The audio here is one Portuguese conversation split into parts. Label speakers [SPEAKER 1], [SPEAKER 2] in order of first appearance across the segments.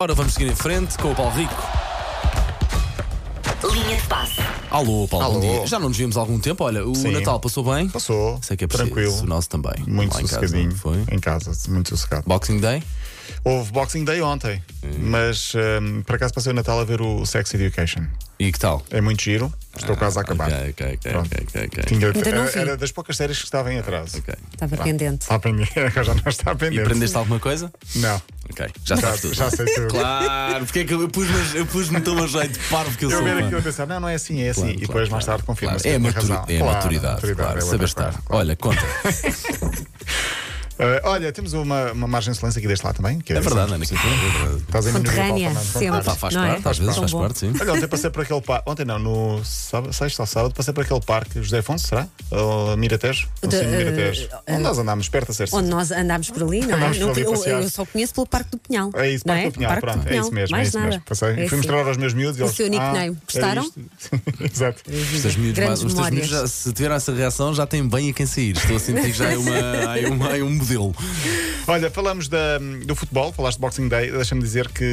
[SPEAKER 1] Ora, vamos seguir em frente com o Paulo Rico.
[SPEAKER 2] Linha de passe.
[SPEAKER 1] Alô, Paulo, bom
[SPEAKER 3] Alô.
[SPEAKER 1] dia. Já não nos vimos há algum tempo. Olha, o
[SPEAKER 3] Sim.
[SPEAKER 1] Natal passou bem.
[SPEAKER 3] Passou.
[SPEAKER 1] Sei que é preciso.
[SPEAKER 3] tranquilo.
[SPEAKER 1] O nosso também.
[SPEAKER 3] Muito
[SPEAKER 1] Lá em casa,
[SPEAKER 3] sossegadinho.
[SPEAKER 1] não foi?
[SPEAKER 3] Em casa, muito sossegado.
[SPEAKER 1] Boxing Day?
[SPEAKER 3] Houve Boxing Day ontem, mas hum, por acaso passei o Natal a ver o Sex Education.
[SPEAKER 1] E que tal?
[SPEAKER 3] É muito giro, estou quase a acabar.
[SPEAKER 1] Ah, Ok, ok, ok,
[SPEAKER 3] Ah. Pronto.
[SPEAKER 1] ok, ok, ok.
[SPEAKER 3] Tinha-
[SPEAKER 4] Ainda não
[SPEAKER 3] era,
[SPEAKER 4] vi.
[SPEAKER 3] era das poucas séries que estava em atraso.
[SPEAKER 1] Ok.
[SPEAKER 4] Estava pendente.
[SPEAKER 3] Está a aprender, agora já não está
[SPEAKER 1] E
[SPEAKER 3] a aprender.
[SPEAKER 1] aprendeste alguma coisa?
[SPEAKER 3] Não,
[SPEAKER 1] Ok, já
[SPEAKER 3] já,
[SPEAKER 1] sabes tudo.
[SPEAKER 3] já sei tudo.
[SPEAKER 1] Claro, porque é que eu pus-me eu pus tão a jeito parvo que eu,
[SPEAKER 3] Eu
[SPEAKER 1] sou.
[SPEAKER 3] ver
[SPEAKER 1] mano.
[SPEAKER 3] aquilo e pensar, não, não é assim, é assim.
[SPEAKER 1] Claro,
[SPEAKER 3] e depois
[SPEAKER 1] claro,
[SPEAKER 3] mais
[SPEAKER 1] claro,
[SPEAKER 3] tarde confirma-se.
[SPEAKER 1] claro. É, a
[SPEAKER 3] tem
[SPEAKER 1] maturi-
[SPEAKER 3] razão.
[SPEAKER 1] é a
[SPEAKER 3] Claro,
[SPEAKER 1] maturidade, claro,
[SPEAKER 3] é outra
[SPEAKER 1] saber
[SPEAKER 3] coisa,
[SPEAKER 1] estar.
[SPEAKER 3] claro.
[SPEAKER 1] Olha, conta.
[SPEAKER 3] Eh, olha, temos uma, uma margem de silêncio aqui deste lado também. que
[SPEAKER 1] É verdade,
[SPEAKER 3] sempre-
[SPEAKER 1] Ana, que é verdade.
[SPEAKER 3] Estás em minoria
[SPEAKER 4] Conterrânea,
[SPEAKER 3] totalmente,
[SPEAKER 4] sempre.
[SPEAKER 3] contrário.
[SPEAKER 1] Pá, faz
[SPEAKER 4] Não é?
[SPEAKER 1] parte, às vezes
[SPEAKER 4] Tão
[SPEAKER 1] faz
[SPEAKER 4] bom.
[SPEAKER 1] parte, sim.
[SPEAKER 3] Olha, ontem passei por aquele parque. Ontem não, no sábado, sexta ou sábado, passei por aquele parque José Afonso, será? Ou Miratejo? Não sei,
[SPEAKER 4] De-
[SPEAKER 3] Miratejo.
[SPEAKER 4] eh,
[SPEAKER 3] Onde nós andámos, perto da Cerce.
[SPEAKER 4] Onde nós andámos por ali, não é?
[SPEAKER 3] Andámos por
[SPEAKER 4] Não
[SPEAKER 3] ali
[SPEAKER 4] te- eu-
[SPEAKER 3] passear.
[SPEAKER 4] eu, só conheço pelo Parque do Pinhal.
[SPEAKER 3] É isso,
[SPEAKER 4] não
[SPEAKER 3] Parque do Pinhal,
[SPEAKER 4] Parque do
[SPEAKER 3] pronto, é
[SPEAKER 4] Pinhal,
[SPEAKER 3] isso mesmo, é
[SPEAKER 4] mais
[SPEAKER 3] isso
[SPEAKER 4] nada.
[SPEAKER 3] mesmo. Passei,
[SPEAKER 4] É
[SPEAKER 3] fui
[SPEAKER 4] assim.
[SPEAKER 3] mostrar aos meus miúdos e
[SPEAKER 4] O
[SPEAKER 3] eles.
[SPEAKER 4] seu nickname,
[SPEAKER 3] "Ah, é
[SPEAKER 4] gostaram?"
[SPEAKER 3] isto?" Sim, Exato.
[SPEAKER 1] Os teus miúdos,
[SPEAKER 4] Grandes
[SPEAKER 1] os teus miúdos
[SPEAKER 4] memórias.
[SPEAKER 1] já, se tiver essa reação, já tem bem a quem sair. Estou a sentir que já é, uma, é, uma, é um modelo.
[SPEAKER 3] Olha, falamos da- do futebol, falaste de Boxing Day, deixa-me dizer que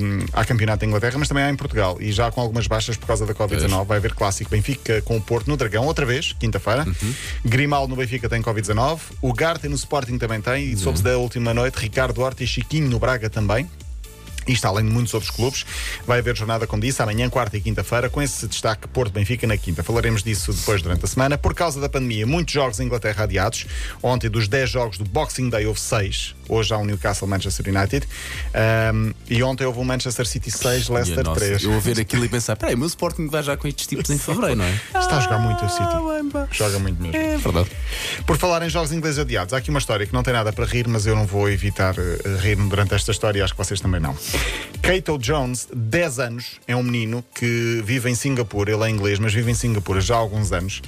[SPEAKER 3] hum, há campeonato em Inglaterra, mas também há em Portugal, e já com algumas baixas por causa da Covid-19, vai haver clássico Benfica com o Porto no Dragão, outra vez, quinta-feira. Grimal no Benfica tem Covid-19, o Garte no Sporting também tem, e soube-se da última noite, Ricardo Horta e Chiquinho no Braga também. Isto além de muitos outros clubes. Vai haver jornada, como disse, amanhã, quarta e quinta-feira, com esse destaque Porto-Benfica na quinta. Falaremos disso depois durante a semana. Por causa da pandemia, muitos jogos em Inglaterra adiados. Ontem, dos 10 jogos do Boxing Day, houve 6. Hoje há um Newcastle-Manchester United. Ahm, e ontem houve um Manchester City 6,
[SPEAKER 1] E a
[SPEAKER 3] Leicester
[SPEAKER 1] nossa,
[SPEAKER 3] 3.
[SPEAKER 1] eu a ver aquilo e pensar: peraí, o meu Sporting vai já com estes tipos em fevereiro, não é?
[SPEAKER 3] Está a jogar muito o City.
[SPEAKER 1] bem, pá.
[SPEAKER 3] Joga muito mesmo.
[SPEAKER 1] É verdade.
[SPEAKER 3] Por falar em jogos ingleses adiados, há aqui uma história que não tem nada para rir, mas eu não vou evitar eh, rir-me durante esta história e acho que vocês também não. Cato Jones, 10 anos, é um menino que vive em Singapura, ele é inglês, mas vive em Singapura já há alguns anos.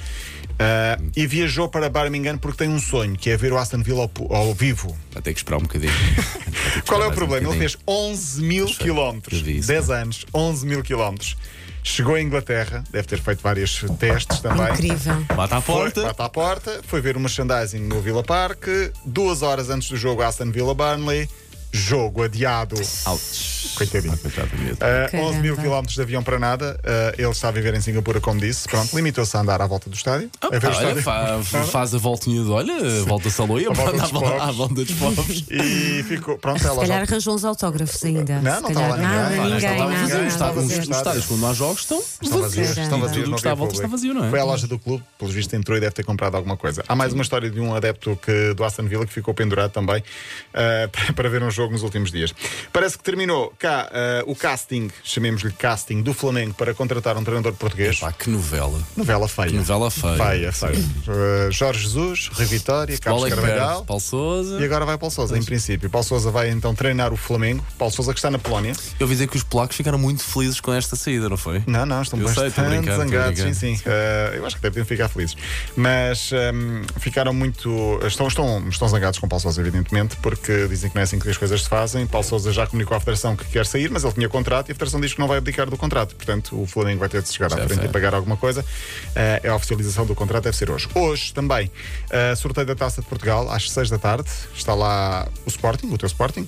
[SPEAKER 3] ah, e viajou para Birmingham porque tem um sonho, que é ver o Aston Villa ao, pu- ao vivo.
[SPEAKER 1] Vai ter que esperar um bocadinho.
[SPEAKER 3] Qual é o
[SPEAKER 1] mais um
[SPEAKER 3] problema? Ele
[SPEAKER 1] bocadinho.
[SPEAKER 3] fez 11 mil quilómetros.
[SPEAKER 1] eu vi isso, né?
[SPEAKER 3] 10 anos, 11 mil quilómetros. Chegou à Inglaterra, deve ter feito vários testes também.
[SPEAKER 4] Incrível.
[SPEAKER 1] Bata à
[SPEAKER 3] Foi,
[SPEAKER 1] porta.
[SPEAKER 3] bate à porta, foi ver o merchandising no Villa Park, duas horas antes do jogo Aston Villa Burnley, jogo adiado.
[SPEAKER 1] Ouch.
[SPEAKER 3] Coitadinho.
[SPEAKER 1] Ah, coitado mesmo.
[SPEAKER 3] Ah,
[SPEAKER 4] Caramba.
[SPEAKER 3] 11 mil quilómetros de avião para nada. Ah, ele está a viver em Singapura, como disse. Pronto, limitou-se a andar à volta do estádio.
[SPEAKER 1] Ah,
[SPEAKER 3] a ver o
[SPEAKER 1] olha,
[SPEAKER 3] estádio.
[SPEAKER 1] fa- faz a voltinha de olha, volta-se à loia,
[SPEAKER 3] volta
[SPEAKER 1] anda à
[SPEAKER 3] dos
[SPEAKER 1] vol-
[SPEAKER 3] povos.
[SPEAKER 1] à volta dos povos.
[SPEAKER 3] E ficou. Pronto,
[SPEAKER 4] Se
[SPEAKER 3] ela
[SPEAKER 4] calhar
[SPEAKER 3] já.
[SPEAKER 4] arranjou uns autógrafos ainda.
[SPEAKER 3] Não,
[SPEAKER 4] Se
[SPEAKER 3] não
[SPEAKER 4] calhar
[SPEAKER 3] estava
[SPEAKER 4] nada,
[SPEAKER 3] ninguém.
[SPEAKER 1] Olha,
[SPEAKER 4] ninguém,
[SPEAKER 1] estava a
[SPEAKER 4] nada.
[SPEAKER 1] fazer,
[SPEAKER 3] ninguém.
[SPEAKER 1] os estádios-
[SPEAKER 3] Estava a
[SPEAKER 1] os
[SPEAKER 3] fazer.
[SPEAKER 1] estádios, quando não há jogos, estão
[SPEAKER 3] Estão vazios,
[SPEAKER 4] Sim,
[SPEAKER 3] estão
[SPEAKER 4] sim.
[SPEAKER 3] vazios.
[SPEAKER 1] Tudo o
[SPEAKER 3] não
[SPEAKER 1] que está
[SPEAKER 3] havia
[SPEAKER 1] à volta
[SPEAKER 3] público.
[SPEAKER 1] está vazio, não é?
[SPEAKER 3] Foi à loja do clube, pelo visto entrou e deve ter comprado alguma coisa. Há mais uma história de um adepto que, do Aston Villa que ficou pendurado também ah, para, para ver um jogo nos últimos dias. Parece que terminou cá ah, o casting, chamemos-lhe casting, do Flamengo para contratar um treinador português.
[SPEAKER 1] Pá, que novela.
[SPEAKER 3] Novela feia.
[SPEAKER 1] Novela feia.
[SPEAKER 3] Feia, feia. Ah, Jorge Jesus, Rui Vitória, Carlos
[SPEAKER 1] Bola é que
[SPEAKER 3] Carvalhal.
[SPEAKER 1] perde. Paulo Souza.
[SPEAKER 3] E agora vai Paulo Souza, em princípio. Paulo Souza vai então treinar o Flamengo. Paulo Souza que está na Polónia.
[SPEAKER 1] Eu ouvi dizer que os polacos ficaram muito felizes com esta saída, não foi?
[SPEAKER 3] Não, não, estão
[SPEAKER 1] Eu sei,
[SPEAKER 3] bastante
[SPEAKER 1] estou a brincar, estou a
[SPEAKER 3] zangados, sim,
[SPEAKER 1] brincar.
[SPEAKER 3] sim. Eh, eu acho que devem ficar felizes. Mas ehm, ficaram muito. Estão, estão, estão zangados com Paulo Souza, evidentemente, porque dizem que não é assim que as coisas se fazem. Paulo
[SPEAKER 1] É.
[SPEAKER 3] Souza já comunicou à Federação que quer sair, mas ele tinha contrato e a Federação diz que não vai abdicar do contrato. Portanto, o Flamengo vai ter de chegar à
[SPEAKER 1] Certo,
[SPEAKER 3] frente e
[SPEAKER 1] certo.
[SPEAKER 3] pagar alguma coisa. Eh, a oficialização do contrato deve ser hoje. Hoje também, eh, sorteio da Taça de Portugal, às 6 da tarde. Está lá o Sporting, o teu Sporting.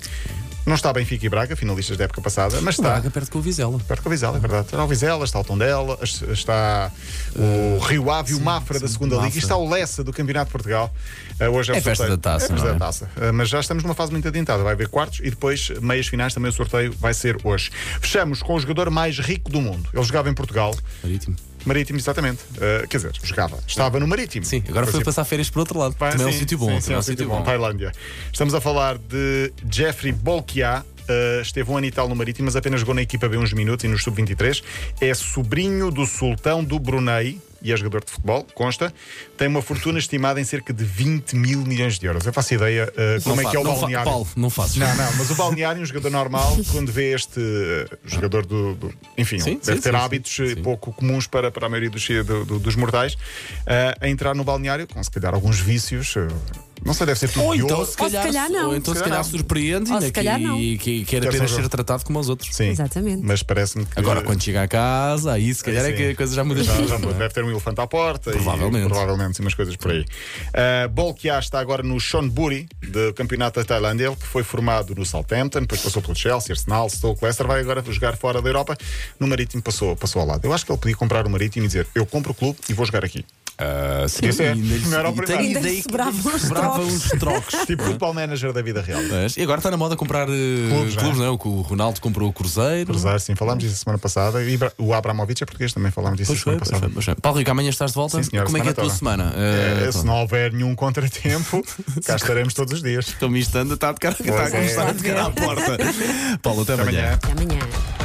[SPEAKER 3] Não está Benfica e Braga, finalistas da época passada, mas
[SPEAKER 1] O
[SPEAKER 3] está.
[SPEAKER 1] Braga perde com o Vizela.
[SPEAKER 3] Perto com a Vizela, é verdade. Está o Vizela, está o Tondela, es- está o Rio Ave e o Mafra da segunda
[SPEAKER 1] Eh, Mafra.
[SPEAKER 3] Liga e está o Lessa do Campeonato de Portugal. Ah, hoje é, o
[SPEAKER 1] É festa
[SPEAKER 3] sorteio.
[SPEAKER 1] da taça,
[SPEAKER 3] É festa
[SPEAKER 1] não é?
[SPEAKER 3] da taça. Ah, mas já estamos numa fase muito adiantada. Vai haver quartos e depois meias finais também o sorteio vai ser hoje. Fechamos com o jogador mais rico do mundo. Ele jogava em Portugal.
[SPEAKER 1] Marítimo.
[SPEAKER 3] Marítimo, exatamente. Ah, quer dizer, jogava. Estava no Marítimo.
[SPEAKER 1] Sim, agora foi
[SPEAKER 3] Princípio.
[SPEAKER 1] passar férias para outro lado.
[SPEAKER 3] é. Pá,
[SPEAKER 1] também é um
[SPEAKER 3] sim,
[SPEAKER 1] sítio
[SPEAKER 3] sim,
[SPEAKER 1] bom.
[SPEAKER 3] sim,
[SPEAKER 1] também é um sítio bom.
[SPEAKER 3] Tailândia. Estamos a falar de Jeffrey Bolkiah. eh, esteve um ano e tal no Marítimo, mas apenas jogou na equipa B uns minutos e no Sub-23. É sobrinho do Sultão do Brunei e é jogador de futebol, consta. Tem uma fortuna estimada em cerca de 20 mil milhões de euros. Eu faço ideia eh,
[SPEAKER 1] Não
[SPEAKER 3] como é
[SPEAKER 1] fa-
[SPEAKER 3] que é o
[SPEAKER 1] não fa-
[SPEAKER 3] balneário.
[SPEAKER 1] Paulo, não faças.
[SPEAKER 3] Não, não, mas o balneário, um jogador normal, quando vê este eh, jogador do. do- enfim,
[SPEAKER 1] Sim,
[SPEAKER 3] deve
[SPEAKER 1] sim,
[SPEAKER 3] ter
[SPEAKER 1] sim,
[SPEAKER 3] hábitos
[SPEAKER 1] sim,
[SPEAKER 3] eh,
[SPEAKER 1] sim.
[SPEAKER 3] pouco comuns para, para a maioria dos, do- do- dos mortais, eh, a entrar no balneário com se calhar alguns vícios. eh, Não sei, deve ser tudo
[SPEAKER 1] Ou
[SPEAKER 3] de
[SPEAKER 1] então,
[SPEAKER 3] ouro.
[SPEAKER 1] se calhar,
[SPEAKER 4] calhar não.
[SPEAKER 1] Ou então,
[SPEAKER 3] Se
[SPEAKER 1] se
[SPEAKER 3] calhar
[SPEAKER 1] calhar,
[SPEAKER 3] não.
[SPEAKER 1] surpreende
[SPEAKER 4] Ou
[SPEAKER 1] e,
[SPEAKER 4] se
[SPEAKER 1] daqui-
[SPEAKER 4] calhar não.
[SPEAKER 1] e que quer
[SPEAKER 3] Quer
[SPEAKER 1] apenas
[SPEAKER 3] só jogo.
[SPEAKER 1] ser tratado como os outros.
[SPEAKER 3] Sim.
[SPEAKER 4] Exatamente.
[SPEAKER 3] Mas parece-me que.
[SPEAKER 1] Agora, quando chega a casa, aí se calhar é
[SPEAKER 3] Sim.
[SPEAKER 1] que a coisa já muda.
[SPEAKER 3] Já, já
[SPEAKER 1] tudo,
[SPEAKER 3] muda.
[SPEAKER 1] não é?
[SPEAKER 3] deve ter um elefante à porta. e-
[SPEAKER 1] Provavelmente.
[SPEAKER 3] provavelmente, sim, umas coisas por aí. Uh, Bolkiah está agora no Chonburi, do campeonato da Tailândia. Ele que foi formado no Southampton, depois passou pelo Chelsea, Arsenal, Stoke, Leicester. Vai agora jogar fora da Europa. No Marítimo passou, passou ao lado. Eu acho que ele podia comprar o Marítimo e dizer: Eu compro o clube e vou jogar aqui.
[SPEAKER 1] Ah, sim,
[SPEAKER 3] Isso é.
[SPEAKER 1] e ainda lhe-
[SPEAKER 3] Não era o
[SPEAKER 1] e tenho
[SPEAKER 3] primeiro.
[SPEAKER 4] Ainda
[SPEAKER 1] ideia
[SPEAKER 4] lhe
[SPEAKER 1] que
[SPEAKER 4] sobravam uns
[SPEAKER 1] sobrava
[SPEAKER 4] trocos.
[SPEAKER 1] uns trocos.
[SPEAKER 3] Tipo futebol manager da vida real.
[SPEAKER 1] Mas, e agora está na moda comprar eh,
[SPEAKER 3] Clubes,
[SPEAKER 1] clubes,
[SPEAKER 3] não
[SPEAKER 1] não
[SPEAKER 3] é?
[SPEAKER 1] é? O que O Ronaldo comprou o Cruzeiro.
[SPEAKER 3] Cruzar, sim, falámos disso a semana passada. E Ibra- o Abramovich é português, também falámos disso a
[SPEAKER 1] Pois foi,
[SPEAKER 3] semana
[SPEAKER 1] pois foi,
[SPEAKER 3] passada.
[SPEAKER 1] pois foi. Paulo Rico, amanhã estás de volta?
[SPEAKER 3] Sim, senhora,
[SPEAKER 1] Como é que é a tua
[SPEAKER 3] toda.
[SPEAKER 1] semana?
[SPEAKER 3] É,
[SPEAKER 1] Eh,
[SPEAKER 3] se
[SPEAKER 1] pronto.
[SPEAKER 3] não houver nenhum contratempo, cá estaremos todos os dias.
[SPEAKER 1] Estou-me estando, está a tocar, está a
[SPEAKER 3] Pois é.
[SPEAKER 1] começar a tocar à porta. Paulo, até
[SPEAKER 3] Até
[SPEAKER 1] amanhã.
[SPEAKER 3] amanhã.
[SPEAKER 4] Até amanhã.